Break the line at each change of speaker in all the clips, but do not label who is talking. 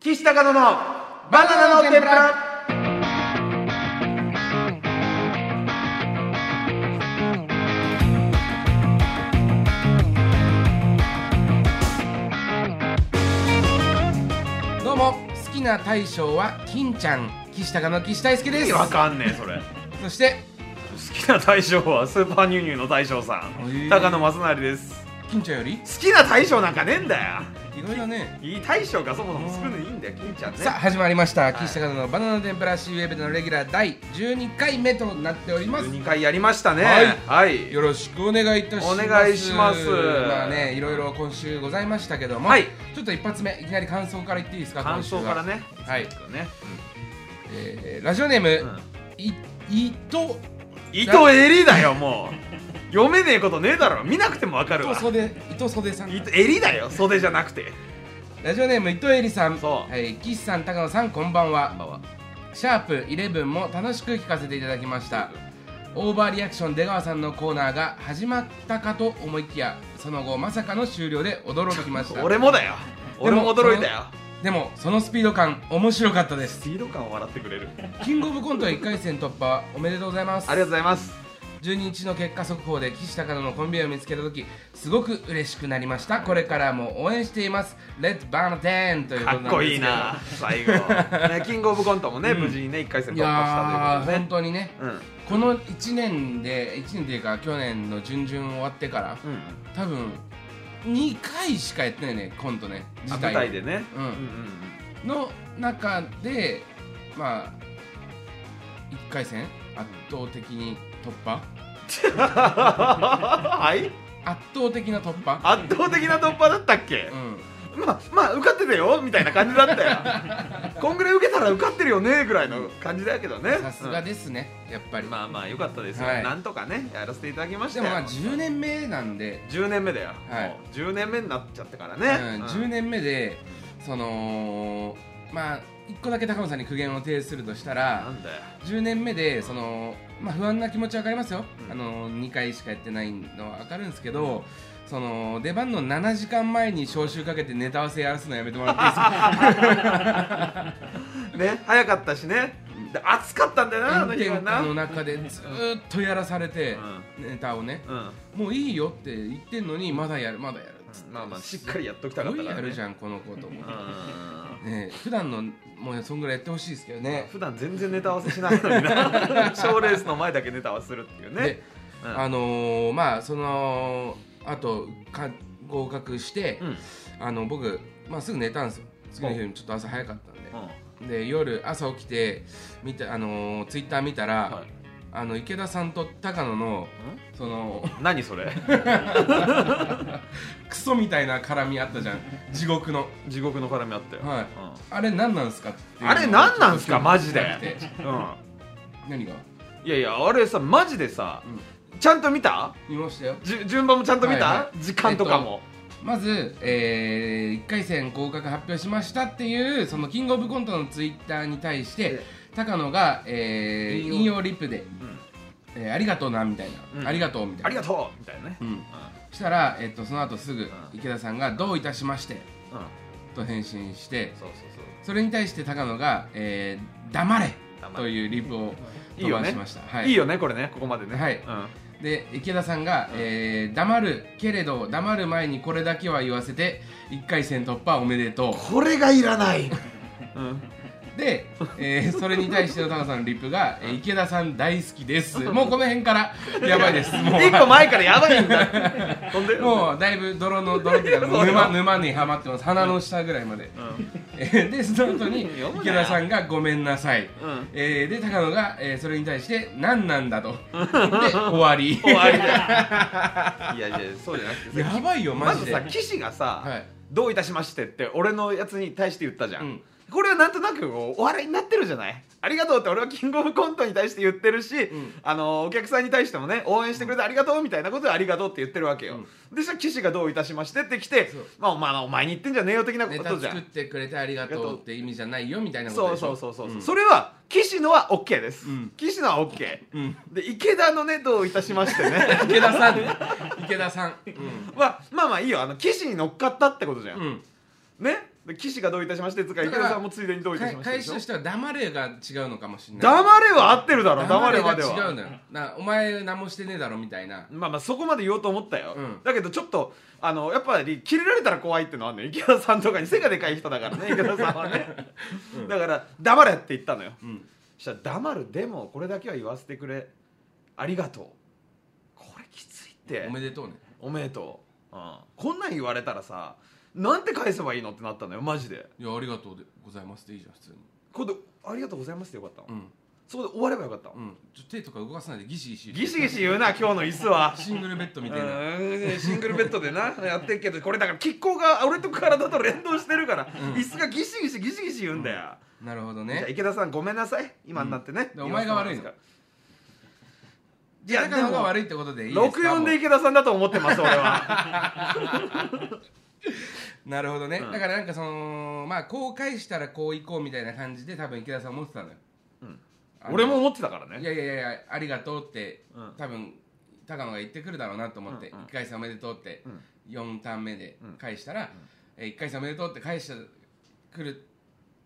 岸高野のバナナの天ぷら
どうも好きな大将は金ちゃん岸高の岸大輔です
わかんねえそれ
そして
好きな大将はスーパーニューニューの大将さん、
えー
高野正成です
金ちゃんより
好きな大将なんかねえんだよ
意外だね
いい大将がそもそも少ないいいんだよ金ちゃんね
さあ始まりました岸高のバナナ天ぷら C ウェブでのレギュラー第12回目となっております
12回やりましたね
はい
はい、
よろしくお願いいたします
お願いします
まあねいろいろ今週ございましたけども、
はい
ちょっと一発目いきなり感想から言っていいですか
感想から
ね、
ね
はい
ね、
えーラジオネーム、
うん
い伊藤
伊藤エリだよもう読めねえことねえだろ見なくてもわか
伊
るわ
藤袖伊藤袖さん
伊藤エリだよ袖じゃなくて
ラジオネーム伊藤恵里さん
そう
はい、岸さん高野さんこんばんは
は
シャープ11も楽しく聞かせていただきましたオーバーリアクション出川さんのコーナーが始まったかと思いきやその後まさかの終了で驚きました
俺もだよ
で
俺
も
も驚いたよ
でもそのスピード感面白かったです
スピード感を笑ってくれるあり
キングオブコント1回戦突破おめでとうございます
がとうございます
12日の結果速報で岸高野のコンビを見つけた時すごく嬉しくなりましたこれからも応援していますレッドバーナテンというこ
か
と
っ
なんですけど
こいいな最後、 ね、キングオブコントもね、無事にね1回戦
い
突破
や
した
ー
という
本
こ
当にね
とでね
この1年で1年というか去年の準々終わってから
うん、うん
多分2回しかやってないねコントね
あ
自
舞
体
台でね、
うん
うん
の中でまあ1回戦圧倒的に突破
うんはい
圧倒的な突破
圧倒的な突破だったっけ
う、ん
まあまあ受かってたよみたいな感じだった よこんぐらい受けたら受かってるよねぐらいの感じだけどね
さすがですねやっぱ
う
り
んまあまあよかったですよ、
はい
なんとかねやらせていただきまし
で
たよ
もまあ10年目なんで
10年目だよ、
はい
もう10年目になっちゃったからね、
うん、
うん
10年目でそのまあ1個だけ高野さんに苦言を呈するとしたら
なんだよ
10年目でその、まあ、不安な気持ち分かりますよ、
うん
あの2回しかやってないのは分かるんですけど、その出番の7時間前に招集かけてネタ合わせやらすのやめてもらっていいですか
ね早かったしねで暑かったんだよ なあの
炎
日は
天
な
下
う
の
ん
中でずーっとやらされて、ネタをね、もういいよって言ってんのにまだやるまだやるっつって
まあまあしっかりやっとき
す
たかっ
ご
た
い
から、ね、
やるじ
ゃん
ゃんこの子と思って、ねえ、普段のもうそんぐらいやってほしいですけどね
普段全然ネタ合わせしないのにな賞レースの前だけネタ合わせするっていうね
で、
うん
あのーまあそのあとか合格して、
うん
あの僕、まあ、すぐ寝たんですよ次の日よりちょっと朝早かったん
う
で、で夜朝起きて見たあのツイッター Twitter 見たら、
んは
あの池田さんと高野の
い
その
ん何それ
クソみたいな絡みあったじゃん地獄の
地獄の絡みあったよ、
はいあれ何なんすかっていうの
あれ何なんすか
ちょっと
マジで
聞きたくて
うん、うん
何が
いやいやあれさマジでさ、ちゃんと見た
見ましたよ
じゅ順番もちゃんと見た、
はいは
時間とかも、
まず、え1回戦合格発表しましたっていうそのキングオブコントのツイッターに対して
え
高野が、えー
引用
引用リップで、えーありがとうな」みたいな、
うん
ありがとう」みたいな
ありがとうみたいなね、
う
うん
んしたら、えっと、その後すぐ
うん
池田さんが「どういたしまして
うん、」
と返信して
そうそうそう
それに対して高野が「えー黙れ
黙」れ
というリプを
いい
飛
よ
ば
ね
しましたはい
いよねこれねここまでね
はい
うん
で池田さんが、えー黙るけれど黙る前にこれだけは言わせて1回戦突破おめでと
これがいらない、うん、
う」で、えーそれに対しての高野さんのリプが「えー池田さん大好きです」もうこの辺からやばい ですもう
一個前からやばいんだって飛んで
もうだいぶ泥の泥っていうか
そうよ
沼沼にはまってます鼻の下ぐらいまで、えーでその後に
読むな
池田さんが「ごめんなさい」
うん
えーで高野が、えーそれに対して「何なんだ」とで終わ り
終わりだよいやいやそうじゃなくてさ
やばいよマ
ま
ジ
ず
で、
さ岸がさ、
はい
どういたしまして」って俺のやつに対して言ったじゃん、
うん
これはなんとなくこうお笑いになってるじゃないありがとうって俺はキングオブコントに対して言ってるし、
ん
あのお客さんに対してもね応援してくれてありがとうみたいなことでありがとうって言ってるわけよ、でそしたら岸がどういたしましてって来て
そう
まあお前お前に言ってんじゃねえよ的なこ
ネ
と
タ
じゃ
作っ
ん
てくれてありがとうって意味じゃないよみたいなこと
そう
でし
そ
ょ
うそうそう、
ん
それは岸野は OK です、
うん
岸野は OK、
うん
で池田のねどういたしましてね
池田さんね池田さんう
まあまあまあいいよあの岸に乗っかったってことじゃん、
ん、うん
ねで岸がどういたしましてつうか
だ
池
から
田さんもついでにどういた
か
しましてで
返
し
し
ょ
としては黙れが違うのかもしれない
黙れは合ってるだろ黙れまでは
違うのよなお前何もしてねえだろみたいな
まあまあそこまで言おうと思ったよ、
うん
だけどちょっとあのやっぱりキレられたら怖いってのはね池田さんとかに背がでかい人だからね池田さんはね、 だから黙れって言ったのよ、
ん
そしたら黙るでもこれだけは言わせてくれありがとうこれきついって
おめでとうね
おめでとう、うん、こんなん言われたらさなんて返せばいいのってなったのよマジで
いやありがとうでございますっていいじゃん普通に
これで「ありがとうございます」ってよかったの、
うん
そこで終わればよかったの、
うんちょ手とか動かさないでギシギシ
ギシギシ言うな今日の椅子は
シングルベッ ドみ
う
たいな
ーんシングルベッドでなやってるけどこれだから亀甲が俺と体と連動してるから、椅子がギシギシギシギシ言うんだよ、
なるほど
じゃあ
ね
池田さんごめんなさい今になってね、
うんお前が悪いの
いやで
中野が
も
悪いってことでいいですか
64で
も
池田さんだと思ってます俺は
うなるほどね、
うん
だからなんかそのまあこう返したらこう行こうみたいな感じで多分池田さん思ってたのよ、あ の
俺も思ってたから
い
ね
やいやいやいやありがとうって、
うん
多分高野が言ってくるだろうなと思って、一
うんうん
1回戦おめでとうって
うん
4ターン目で
うん
返したら、え1回戦おめでとうって返したくる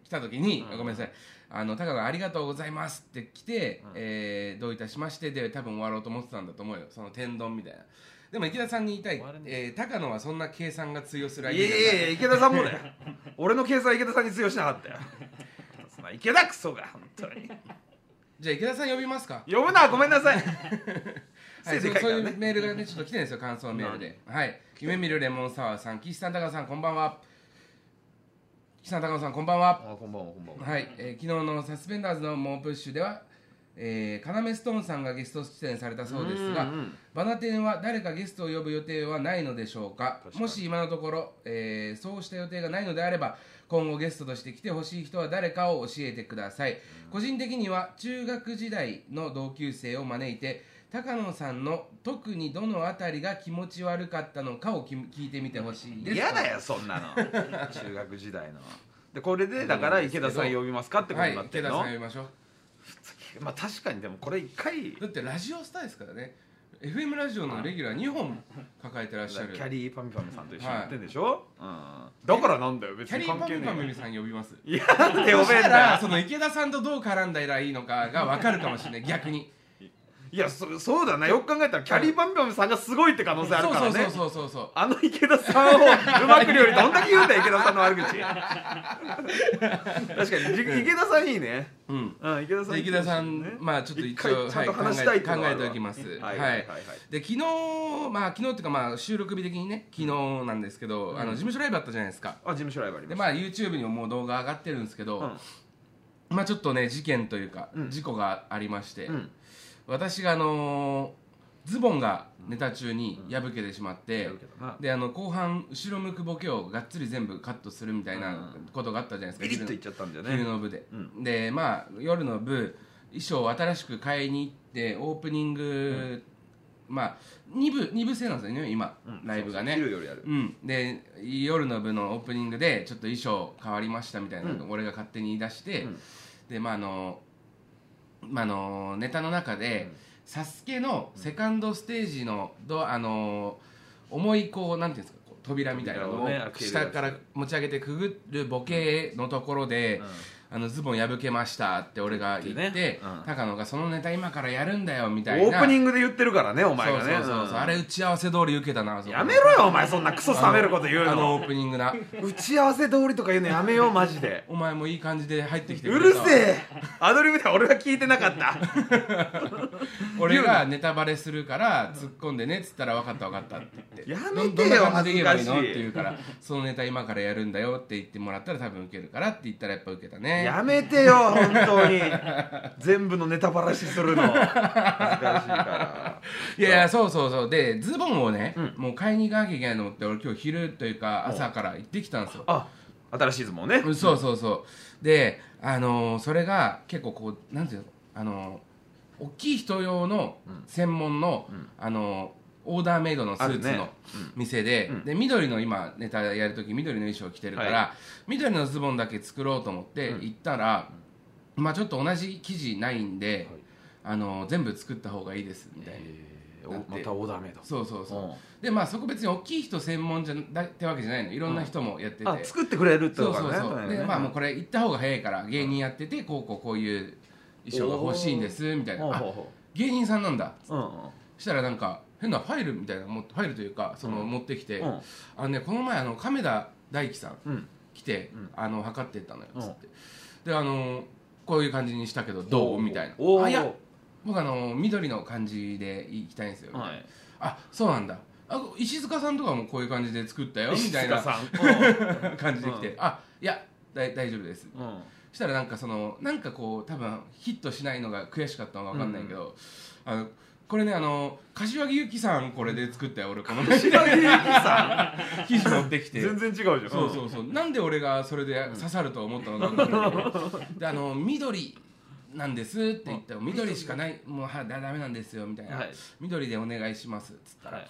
来た時に、
うん
ごめんなさいあの高野がありがとうございますって来て、えーどういたしましてで多分終わろうと思ってたんだと思うよその天丼みたいなでも池田さんに言いたい
終わら、ね
えー高野はそんな計算が通用する
いやいやいや池田さんもだよ 俺の計算池田さんに通用しなかったよその池田クソが本当に
じゃあ池田さん呼びますか
呼ぶなごめんな さい
はい、
せい
そ
うぜか
そう
い
い
から
う
ね
メールがね、ちょっと来てるんですよ、感想メールで。はい、夢見るレモンサワーさん、岸さん、高野さん、こんばんは。岸さん、高野さん、こんばんは。
あこんばんはこんばんは
はい、えー昨日のサスペンダーズの猛プッシュでは、えー、要ストーンさんがゲスト出演されたそうですが、
うんうん
バナテンは誰かゲストを呼ぶ予定はないのでしょうか
確かに
もし今のところ、えーそうした予定がないのであれば今後ゲストとして来てほしい人は誰かを教えてください、個人的には中学時代の同級生を招いて高野さんの特にどのあたりが気持ち悪かったのかをき聞いてみてほしいです
嫌だよそんなの中学時代のでこれでだから池田さん呼びますかってこと
はい
になって
池
る
田
の、
さん呼びましょう
まあ確かにでもこれ一回キ
だってラジオスターですからね FM ラジオのレギュラー2本抱えてらっしゃる
ャリーパミュパミュさんと一緒にやってんでしょ、うん、だからなんだよ別
キャ
に
リー
関
パ
係
ミュパミ
ね
ュさん呼びます
えいやなんで呼べん
だか
だ
ら
よ
その池田さんとどう絡んだらいいのかが分かるかもしれない逆に
いやそそうだなよく考えたらキャリーパミュパミュさんがすごいって可能性あるからね
そうそうそうそうそう
あの池田さ んをうまく料理どんだけ言うんだよ池田さんの悪口確かにじ池田さんいいね
そううん
うん池田さん
で池田さん、
ね
まあちょっと一応
回ちゃんと
はい
話したいっていう
考
のはあ
え
る
て
わ
おきます
はい
は
はいいはいはい
で昨日まあ昨日っていうかまあ収録日的にね昨日なんですけど、あの事務所ライブあったじゃないですか
あ事務所ライブありま
ですまあ YouTube にももう動画上がってるんですけど、まあちょっとね事件というか、
うん
事故がありまして、
うん
私があのーズボンがネタ中に破けてしまって、
破けたな
であの後半後ろ向くボケをがっつり全部カットするみたいなことがあったじゃないですか
ビリッといっ
昼
ちゃったんだよ
の昼
ね
の部で、
う
でまあ夜の部衣装を新しく買いに行ってオープニング、まあ2部二部制なんですよね今、ライブがね
そうそう昼よりやる
うん、で夜の部のオープニングでちょっと衣装変わりましたみたいな、俺が勝手に言い出して、
うん
でまああの、まあ、あのネタの中で「サスケのセカンドステージのどあの重いこうなんていうんですかこう扉みたいなのを
扉をね開けるやつ
下から持ち上げてくぐるボケのところで、あのズボン破けましたって俺が言って
言ってねうん
高野がそのネタ今からやるんだよみ
オ
たいな
ープニ
グ
ングで言ってるからねお前がね
そうそうそうそう、あれ打ち合わせ通り受けたなあそ
うん
こ
やめろよお前そんなクソ冷めること言う
あの
の
オープニングな
打ち合わせ通りとか言うのやめようマジで
お前もいい感じで入ってきて
うる
たわ
せえアドリブで俺は聞いてなかった
俺がネタバレするから突っ込んでねっつったら分かった分かったって言って
や
ど
め
ん
て
どんな
よ
感じで言えばいいのっ
恥ずかしい
て言うからそのネタ今からやるんだよって言ってもらったら多分受けるからって言ったらやっぱ受けたね
やめてよ本当に全部のネタバラシするの恥ずかしいから
いやいやそうそうそうでズボンをね、もう買いに行かなきゃいけないと思って俺今日昼というか朝から行ってきたんですよ
あ新しい相撲ね
うんそうそうそうであのーそれが結構こうなんていうのあのー大きい人用の
うん
専門の、
うん
あのーオーダーメイドのスーツ
ある
の
ねうん
店で、
うん
で緑の今ネタやる時緑の衣装着てるから、
は
緑のズボンだけ作ろうと思って
うん
行ったら、まあちょっと同じ生地ないんで、
はい
あのー全部作った方がいいですみたいな、
えー
だ
お
って
またオーダーメイド
そうそうそう、
うん
でまあそこ別に大きい人専門じゃだってわけじゃないのいろんな人もやってて、
あ作ってくれるって
そ
こ
う
と
そう
ね
そう、でまあもうこれ行った方が早いから芸人やっててこうこうこういう衣装が欲しいんですみたいな
ほう
あ
ほうほ
芸人さんなんだ
ううんうん
したらなんか変なファイルみたいなの持ってファイルというかその
うん
持ってきて、
うん
あのねこの前あの亀田大樹さん
うん
来て、
うん
あの測ってったのよ
うん
つって、であのこういう感じにしたけどどうみたいな
おー
あいや僕あの緑の感じで行きたいんですよ、
はい
あそうなんだあ石塚さんとかもこういう感じで作ったよみたいな
石塚さん
感じで来て、あいやだい大丈夫です
うん うん
したらなんかそのなんかこう多分ヒットしないのが悔しかったのか分かんないけど、あのこれねあの柏木由紀さんこれで作ったよ俺この前
白木由紀 さ
記事持ってき
ん
て
全然違うじゃん
そうそうそうなんで俺がそれで刺さると思ったのか分かんないけどであの緑なんですって言っても緑しかないもうはだダメなんですよみたいな、
はい
緑でお願いしますっつったら、
はい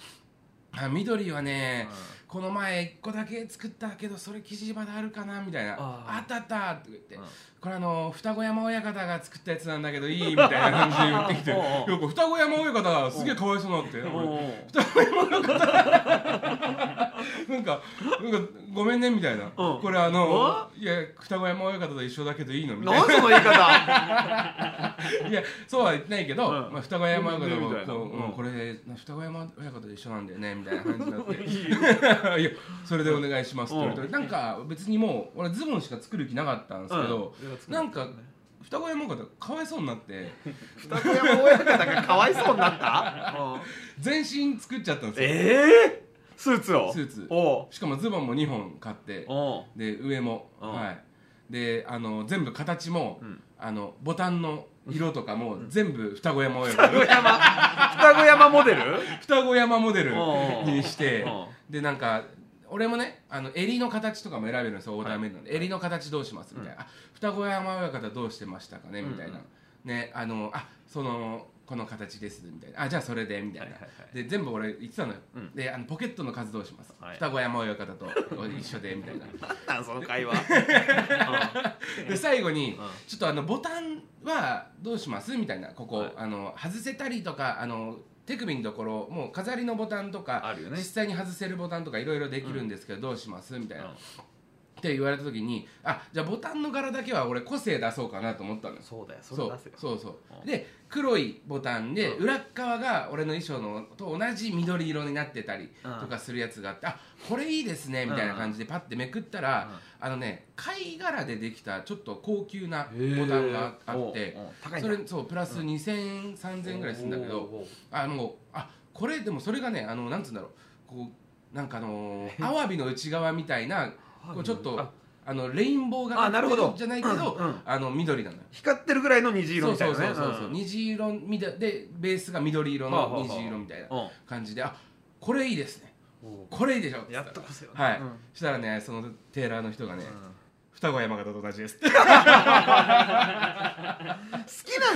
あ緑はね、
う
この前1個だけ作ったけどそれ生地まだあるかなみたいなあ
あー
ったあったって言って、
うん
これあの双子山親方が作ったやつなんだけどいいみたいな感じで言ってきて
おうおう
よく双子山親方すげえかわいそう なって
お
俺
ー
なんかなんかごめんねみたいな、
うん
これあのいや双子山親方と一緒だけどいいのみたい
何その言い方
ないやそうは言ってないけど、
うん
まあ、双子山親方も
うんみたいな
こう、うん
うん
これ双子山親方と一緒なんだよねみたいな感じに なって。 いやそれでお願いしますって言われてなんか別にもう俺ズボンしか作る気なかったんですけど、なんか双子山方かわいそうになって
双子山親方がかわいそうになったうん
全身作っちゃったんですよ、
ええスーツを
スーツ
おう
しかもズボンも2本買って
おう
で上も、
うん
はいであの全部形も、
うん
あのボタンの色とかも全部双子山親方
双子山双子山モデル
双子山モデル
うん
にして
う
でなんか俺もねあの襟の形とかも選べるんですよオーダーメイドなんで、襟の形どうしますみたいな、あ双子山親方どうしてましたかねみたいな、
うんうん
ねあのあそのこの形ですみたいなあじゃあそれでみた
は
いな、
いはいは
で全部俺言ってたのよ、
うん
であのポケットの数どうします、
はい
双子山親方と一緒でみたいな
なんなんその会話
で最後に、
ん
ちょっとあのボタンはどうしますみたいなここ、
はい
あの外せたりとかあの手首のところもう飾りのボタンとか、
あるよね
実際に外せるボタンとかいろいろできるんですけど、どうしますみたいな、って言われた時にあじゃあボタンの柄だけは俺個性出そうかなと思ったのよ
そうだよそ
そ
れ
う
出せよ
そうそう、
うん
で黒いボタンで、
うん
裏っ側が俺の衣装のと同じ緑色になってたり
うん
とかするやつがあって、あこれいいですねみたいな感じでパッてめくったら、あのね貝殻でできたちょっと高級なボタンがあっ
へ
て
ーおうおう高いん
そ
だ
れそうプラス2000円、3000円ぐらいするんだけど
おうおう
あのあこれでもそれがねあのなんつうんだろうこうなんかあの ーアワビの内側みたいなこうちょっとあのレインボーが
あなるほど
じゃないけど、
うんうん
あの緑なのよ。
光ってるぐらいの虹色みたいなね
そうそうそうそう、
うん
虹色みだでベースが緑色の虹色みたいな
うん
感じであこれいいですねこれいいでしょ
やっとこせよね
はい、
うん
したらねそのテーラーの人がね、
うん
双子山形と同 じです
好きなん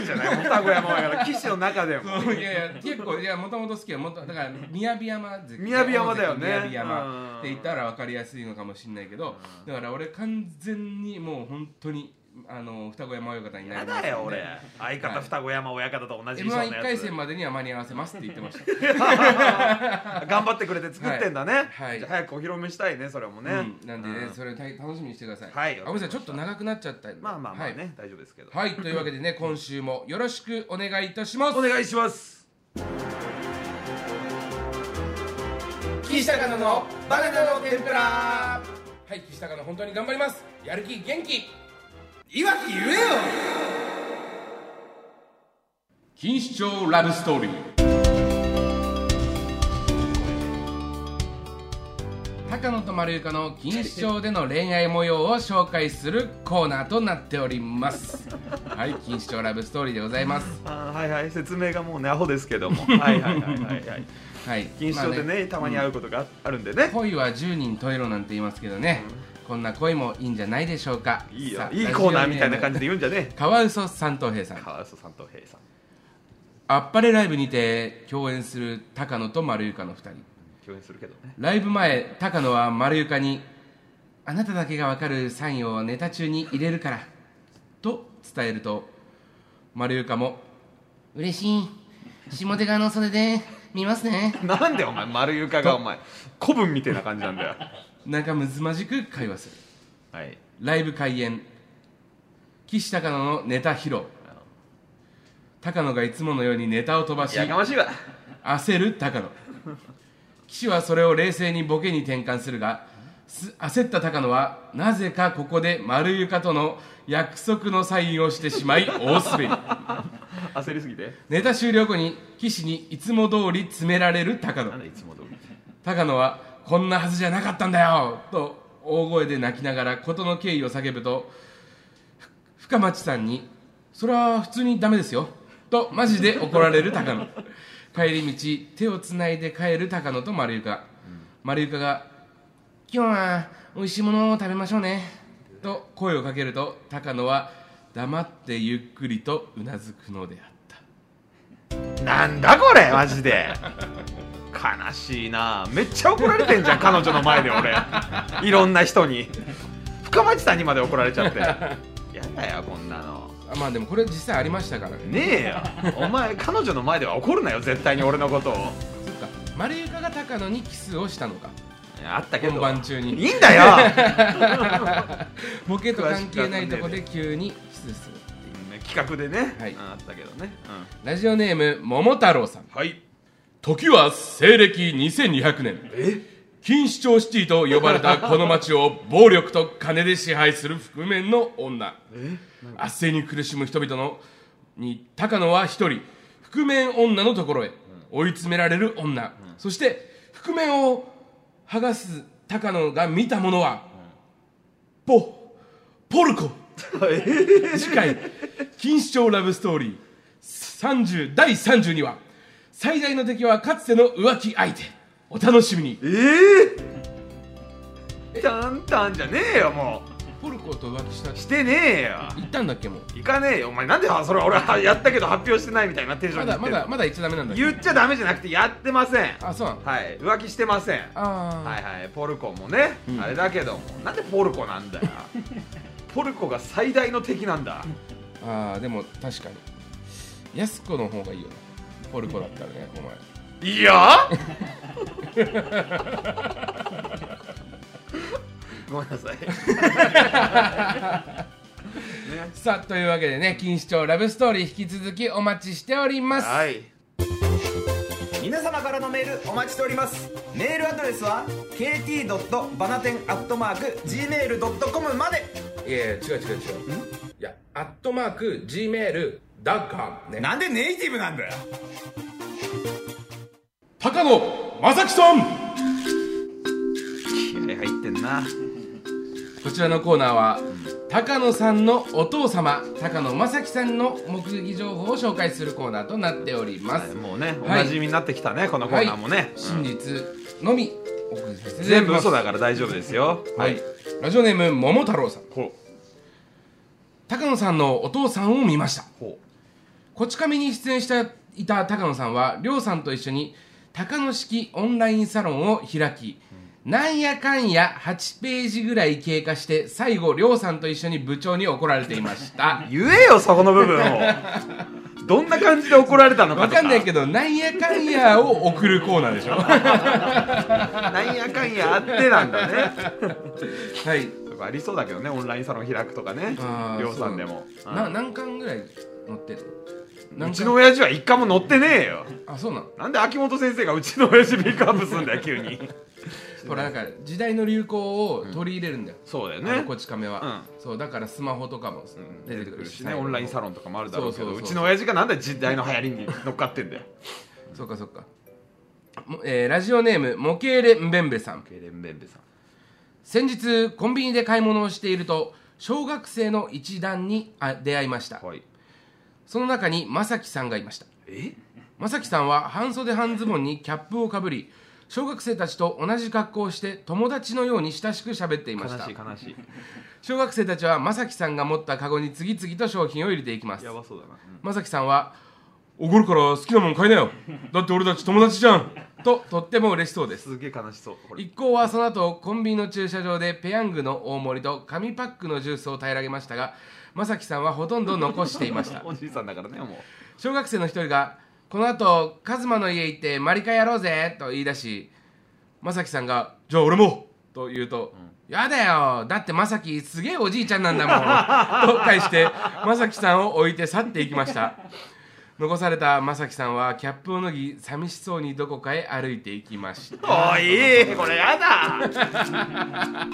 じゃない 双子山親方騎士の中でも
そういやいや結構いやもともと好きやもとだから雅山関
雅山だよね
大関雅山
うん
って言ったら分かりやすいのかもしれないけどだから俺完全にもう本当にあの双子山親方にな
や
りますんで
だよ俺相
はい
方双子山親方と同じ衣
m 1
装
一
のや
回
つ
戦までには間に合わせますって言ってました
頑張ってくれて作ってんだね、
はい
じゃあ早くお披露目したいねそれもね、
うん、なんでね、
うん
それ大楽しみにしてください。
はい
あごめんなさい、ちょっと長くなっちゃったんで。
まあまあまあね、
はい。
大丈夫ですけど、
はい、というわけでね、今週もよろしくお願いいたします。
お願いします
岸高野のバナナの天ぷら。はい、岸高野、本当に頑張ります。やる気、元気。いわき言えよ。錦糸町ラブストーリー。高野と丸床の錦糸町での恋愛模様を紹介するコーナーとなっております。 はい、錦糸町ラブストーリーでございます。
あーはいはい説明がもうねアホですけど もはいはいはいはいはい
はい、
錦糸町でね,、
まあ
たまに会うことがあるんでね、
恋は10人十色なんて言いますけどね、こんな恋もいいんじゃないでしょうか
いいよいいコーナーみたいな感じで
で
言うんじゃね
カワウソ三等兵さ
え
ん
カワウソさんとヘイさん
あっぱれライブにて共演する高野と丸ゆかの2人
共演するけどね
ライブ前高野は丸床に「あなただけがわかるサインをネタ中に入れるから」と伝えると丸床も「嬉しい下手側の袖で見ますね
なんでお前丸床がお 前古文みたいな感じなんだよ」
なんかむずまじく会話する
はい
ライブ開演岸高野のネタ披露高野がいつものようにネタを飛ばし
やかましいわ
焦る高野岸はそれを冷静にボケに転換するがす焦った高野はなぜかここで丸床との約束のサインをしてしまい大滑り
焦りすぎて
ネタ終了後に岸にいつも通り詰められる高野
なんだいつも通り
高野は「こんなはずじゃなかったんだよ!」と大声で泣きながら事の経緯を叫ぶとふ深町さんに「それは普通にダメですよ」とマジで怒られる高野帰り道手をつないで帰る高野と丸床、丸床が「今日は美味しいものを食べましょうね」と声をかけると高野は黙ってゆっくりとうなずくのであった
なんだこれマジで悲しいなめっちゃ怒られてんじゃん彼女の前で俺いろんな人に深町さんにまで怒られちゃってやだよこんなの
あまあでもこれ実際ありましたからね
ねえよお前彼女の前では怒るなよ絶対に俺のことを
そっか丸床が高野にキスをしたのか
あったけど
本番中
い
に
いんだよ
ボケと関係ないとこで急にキスする
企画でね、
はい
あったけどね、
ラジオネーム桃太郎さん
うん、はい
時は西暦2200年錦糸町シティと呼ばれたこの町を暴力と金で支配する覆面の女圧政に苦しむ人々のに高野は一人覆面女のところへ追い詰められる女、そして覆面を剥がす高野が見たものは、ポポルコ次回錦糸町ラブストーリー30第32話最大の敵はかつての浮気相手お楽しみに
ええタンタンじゃねえよも
ポルコと浮気した
うしてねえよ
行ったんだっけもう
行かねえよお前なんでそれ俺はやったけど発表してないみたいなテンショ
ま
ンで言
だ
っ
ま
てんの
だまだ行っちゃダメなんだっけ
言っちゃダメじゃなくてやってません
あそうなの
はい浮気してません
ああ、
はいはいポルコもね、あれだけどもなんでポルコなん だよポルコが最大の敵なんだ
あーでも確かにやす子の方がいいよなポルコだったらねお前
い やごめんなさい
さあというわけでね錦糸町ラブストーリー引き続きお待ちしております、
はい
皆様からのメールお待ちしておりますメールアドレスは kt. バナテンアットマーク gmail.com まで
いやいや違う違う違ういやアットマーク Gmail ダッカーね
なんでネイティブなんだよ
高野正樹さん
気合入ってんな
こちらのコーナーは高野さんのお父様高野正樹さんの目撃情報を紹介するコーナーとなっております、
もうねお
はい
なじみになってきたね、このコーナーもね、
はい真実のみお送りさせていただきます
全部嘘だから大丈夫ですよ
はい、ラジオネーム桃太郎さん
ほ
高野さんのお父さんを見ました
うほ
こち亀に出演していた高野さんは亮さんと一緒に高野式オンラインサロンを開き、なんやかんや8ページぐらい経過して最後亮さんと一緒に部長に怒られていまし
う
た
言えよそこの部分をどんな感じで怒られたのか
わ
とか
かんないけどなんやかんやを送るコーナー でしょは
なんやかんやあってなんだね
い
とかありそうだけどねオンラインサロン開くとかね
あー
りょうさんでも
そうな何巻ぐらい載ってるの
う
何
ち
巻
の親父は一回も乗ってねえよ
あそうなの
なんで秋元先生がうちの親父ピックアップすんだよ急に
ほらなんか時代の流行を取り入れるんだよ、
そうだよ
あの
ね
こち亀は、そうだからスマホとかも出
出
て
て
く
く
る
る
し
しねオンラインサロンとかもあるだろうけ
そう
ど
そう
う
そう
ちの親父がなんで時代の流行りに乗っかってんだよ
そうかそうか、もえーラジオネームモケーレンベンベさん
ケレンベンベさん
先日コンビニで買い物をしていると小学生の一団にあ出会いました
はい
その中に正樹さんがいました
え
正樹さんは半袖半ズボンにキャップをかぶり小学生たちと同じ格好をして友達のように親しく喋っていま
悲
した
しい悲しい
小学生たちは正樹さんが持ったカゴに次々と商品を入れていきます
やばそうだな、うん
正樹さんは「おごるから好きなもん買いなよだって俺たち友達じゃん」ととっても嬉しそうです
すげえ悲しそうこれ
一行はその後コンビニの駐車場でペヤングの大盛りと紙パックのジュースを平らげましたが正樹さんはほとんど残していました
おじいさんだからねも
小学生の一人が「この後カズマの家行ってマリカやろうぜ」と言い出し正樹さんが「じゃあ俺も」と言うと「やだよだって正樹すげえおじいちゃんなんだもん」と返して正樹さんを置いて去っていきました残された正樹さんはキャップを脱ぎ寂しそうにどこかへ歩いていきました
うおいこれや だ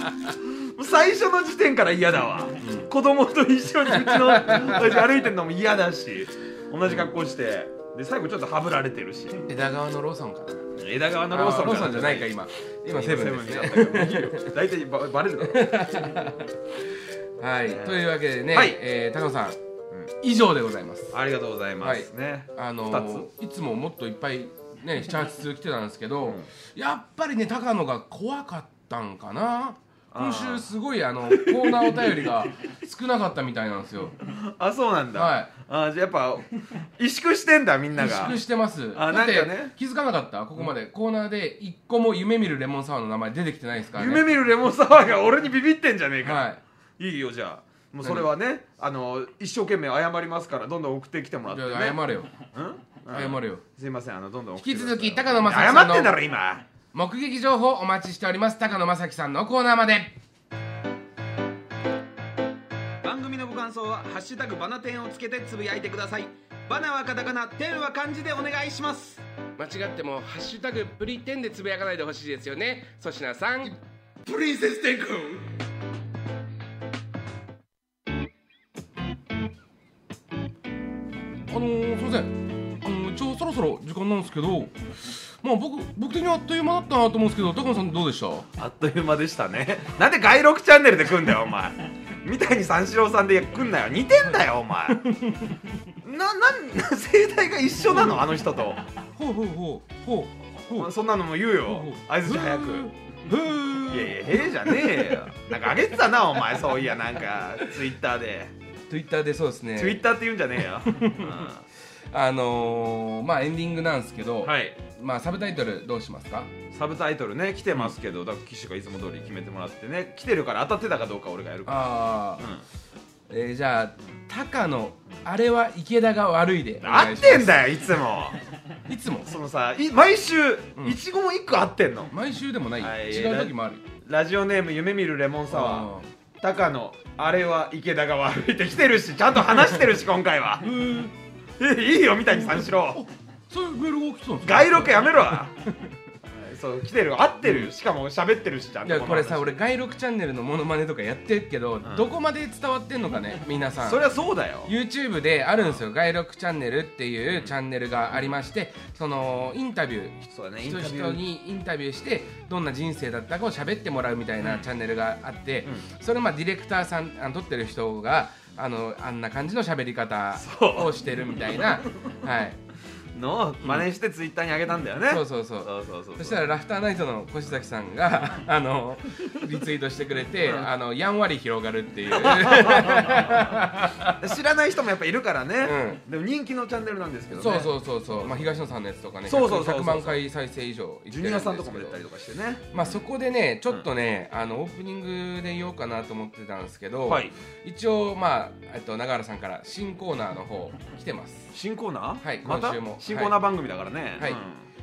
最初の時点から嫌だわ、子供と一緒にうち の親父歩いてるのも嫌だし同じ格好してで最後ちょっとはぶられてるし
枝川のローソンかな
枝川の
ロ
ロ
ー
ー
ソ
ソ
ン
ン
じゃないか今今セブンですね
ね 大体ババレるだろ
はいというわけでね、
はい
えー高野さん、以上でございます
ありがとうございます、ね
あの
二
ーいつももっといっぱいね78通来てたんですけど、やっぱりね高野が怖かったんかな今週すごいあのコーナーお便りが少なかったみたいなんですよ
あそうなんだ、
はい
あじゃあやっぱ萎縮してんだみんな
萎
が
縮してます
あ
だって
なんかね
気づかなかったここまで、コーナーで一個も夢見るレモンサワーの名前出てきてないですからね
夢見るレモンサワーが俺にビビってんじゃねえか、
はい
い、いよじゃあもうそれはねあの一生懸命謝りますからどんどん送ってきてもらっ
じ
て、
ゃ
ね、
あ謝れよ
うん
謝れよ
すいませんあのどんどん送
引
っ
き
てくだ
続
さい
き高野正樹
謝
さん
ってんだ
の
ろ今
目撃情報お待ちしております高野正樹さんのコーナーまで
番組のご感想は「ハッシュタグバナテン」をつけてつぶやいてくださいバナはカタカナテンは漢字でお願いします
間違っても「ハッシュタグプリテン」でつぶやかないでほしいですよね粗品さん
プリンセス天空
あのー、すいませんあのー一応そろそろ時間なんですけどまあ僕僕的にはあっという間だったなと思うんですけど高野さんどうでした
あっという間でしたねなんで外録チャンネルで来んだよお前みたいに三四郎さんで来んなよ似てんだよお前ななん生態が一緒なのあの人と
ほうほうほうほうほう
そんなのも言うよ合図じゃ早く
ふー
いやいやへえじゃねえよなんかあげてたなお前そういやなんかツイッターで
Twitter でそうですね
ツイッターって言うんじゃねえよ、
あのー、まあエンディングなんですけど、
うんはい
まあサブタイトルどうしますか
サブタイトルね来てますけど、だから岸がいつも通り決めてもらってね来てるから当たってたかどうか俺がやるから
ああ、えーじゃあ高野あれは池田が悪いでお願
合
い
っ
します
てんだよいつも
いつも
そのさい毎週いちごも1個合ってんの、
毎週でもないよ、
はい
違う時もあるよ
ラジオネーム夢見るレモンサワ
あ
ー高野あれは池田が悪いって来てるしちゃんと話してるし今回は
ーへー
えいいよ三谷三四郎
そういうメールが来てたんですか
外録やめろ はいそう来てる合ってるよしかも喋ってるしちゃん
い
と
やこれさ
の話
俺外録チャンネルのモノマネとかやってるけど、どこまで伝わってんのかね皆さん
そりゃそうだよ
YouTube であるんですよ外録チャンネルっていうチャンネルがありましてそのインタビュー
そうだねイン
人
タビュー
人にインタビューしてどんな人生だったかを喋ってもらうみたいなチャンネルがあって、それまあディレクターさんあの撮ってる人があのあんな感じの喋り方
そう
をしてるみた いな、はい、
のを真似してツイッターに上げたんだよね、
そうそうそう
そうそうそう
そしたらラフターナイトの越崎さん があのリツイートしてくれて、あのやんわり広がるっていう
知らない人もやっぱいるからね、でも人気のチャンネルなんですけどね
そうそうそうそう、まあ、東野さんのやつとかね
そうそうそうそう
100万回再生以上いって
ジ
る
ュ
ですけど
ニアさんとかも出たりとかしてね
まあそこでねちょっとね、あのオープニングで言おうかなと思ってたんですけど、
はい
一応まあえっと永原さんから新コーナーの方来てます
新コーナー
はい
また
今週も
新コーナー番組だからね
はい
うん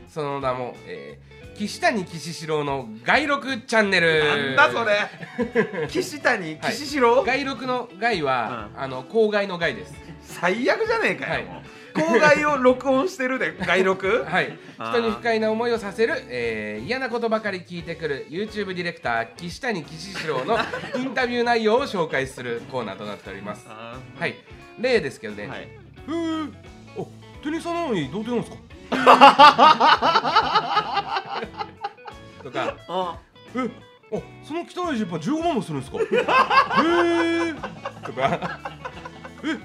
その名も、えー岸谷岸四郎の外録チャンネル
なんだそ れ岸谷岸四郎
外録の外は、あの公害の外です
最悪じゃねえかよ
は
もう公害を録音してる で外録
はい、
あー
人に不快な思いをさせる、えー嫌なことばかり聞いてくる YouTube ディレクター岸谷岸四郎のインタビュー内容を紹介するコーナーとなっております
あ
はい例ですけどね、
ーはい
へえあテニスなのに童貞なんですかとか
あ
えあその汚いジッパー15万もするんですかへえとかえ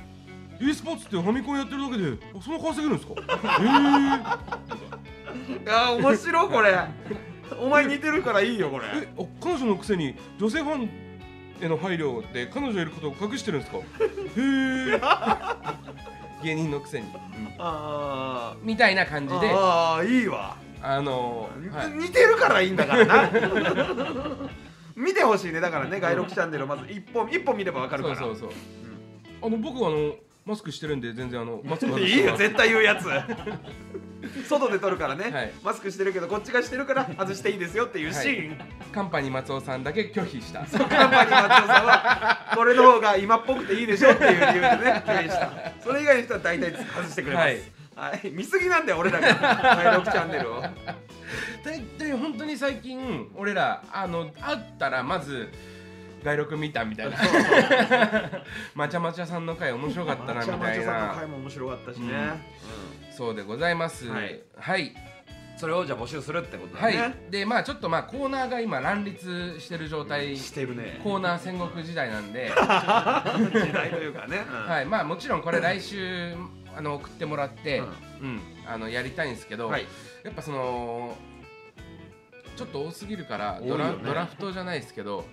e スポーツってファミコンやってるだけであそんな稼げるんですかへえ
や面白いこれお前似てるからいいよこれ
えお彼女のくせに女性ファンへの配慮で彼女いることを隠してるんですかへえ芸人のくせに
あ
みたいな感じ
ー
であ
あーいいわ、
のーはい
似てるからいいんだからな 見てほしいねだからね外録チャンネルまず一本一本見ればわかる
そ
か
う
ら
そうそう
あの僕はあのマスクしてるんで全然あのマスク外して
いいよ
もらう
絶対言うやつ外で撮るからね、
はい
マスクしてるけどこっちがしてるから外していいですよっていうシーン、
カンパニー松尾さんだけ拒否した
カンパニー松尾さんはこれの方が今っぽくていいでしょっていう理由でね共演したそれ以外の人は大体外してくれます、
はい
はい見すぎなんだよ俺らが第6チャンネルを
大体本当に最近俺らあの会ったらまず外録見たみたいな まちゃまちゃさんの回面白かったなみたい
さんの回
な
も面白かったしね、
そうでございます
はい
はい
それをじゃあ募集するってことだ
は
ね、
い、でまあちょっとまあコーナーが今乱立してる状態、
してるね
コーナー戦国時代なんで、
時代というかね、うん
はい、まあもちろんこれ来週あの送ってもらって、うんあのやりたいんですけど、
はい
やっぱそのちょっと多すぎるから
いよ
ド
ね
ラ,、ドラフトじゃないですけど、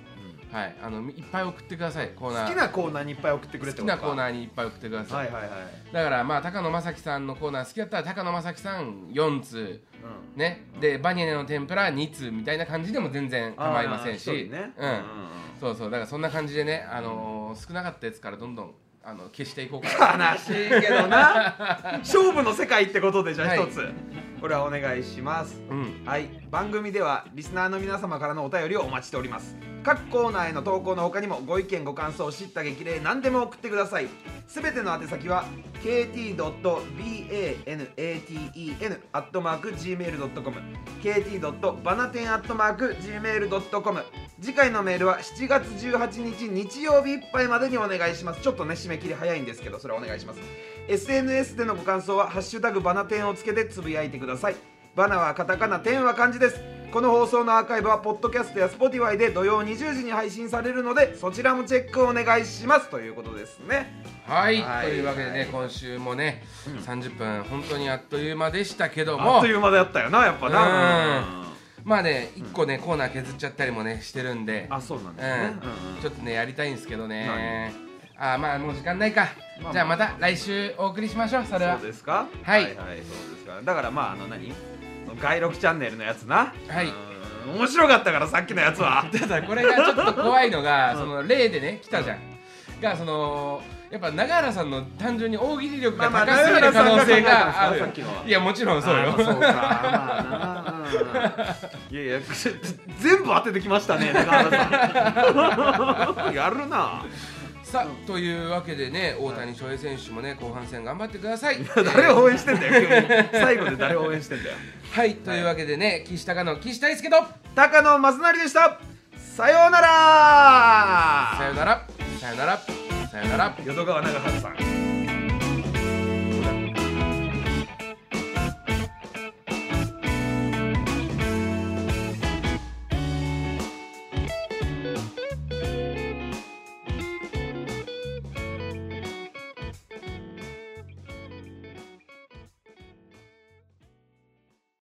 はいあのいっぱい送ってくださいコーナー
好きなコーナーにいっぱい送ってくれって
好き
こと
な
か
コーナーにいっぱい送ってください、
はいはいはい、
だからまあ高野正樹さんのコーナー好きだったら高野正樹さん4通ねでバニラの天ぷら2通みたいな感じでも全然構いませんし
あー一人ね
うんそうそうだからそんな感じでね、あのー少なかったやつからどんどんあの消していこうかな
悲しいけどな勝負の世界ってことでじゃあ
はい
一つ、これはお願いします
うん
はい番組ではリスナーの皆様からのお便りをお待ちしております各コーナーへの投稿の他にもご意見ご感想知った激励何でも送ってくださいすべての宛先は kt.banaten.gmail.com kt.banaten.gmail.com 次回のメールは7月18日日曜日いっぱいまでにお願いしますちょっとね締め切り早いんですけどそれはお願いします SNS でのご感想は「ハッシュタグバナテン」をつけてつぶやいてくださいバナはカタカナ、テンは漢字です。この放送のアーカイブは、ポッドキャストや Spotify で土曜20時に配信されるので、そちらもチェックお願いしますということですね。
はい、
はい
というわけでね、
はい
今週もね、30分本当にあっという間でしたけど
あっ
も
という間だったよな、やっぱな。
うんまあね1個ね、コーナー削っちゃったりもねしてるんで
あ、そうなん
うん
ですね。
ちょっとねやりたいんですけどねあーまあもう時間ないか、
まあ
じゃあまた来週お送りしましょうそれは
そうですか
はい
はい、そうですか。だからまあ、あの何外録チャンネルのやつな。
は
う
い
ん面白かったから、さっきのやつ は。
ただこれがちょっと怖い のがその例でね来たじゃん、がそのやっぱ永原さんの単純に大喜利力が高すぎる可能性があ
まあまあ永原さんが考
る
えたんですかさっきのはい
やもちろんそうよ
あーそうか。まあなうんいやいや、全部当ててきましたね、中原さん。やるな。
さあというわけでね大谷翔平選手もね後半戦頑張ってください
誰を応援してんだよ、急に最後で誰を応援してんだよ。
はいというわけでね岸高の岸大輔と
高野正成でした。さようなら
さよならさよならさよなら
淀川永原さん。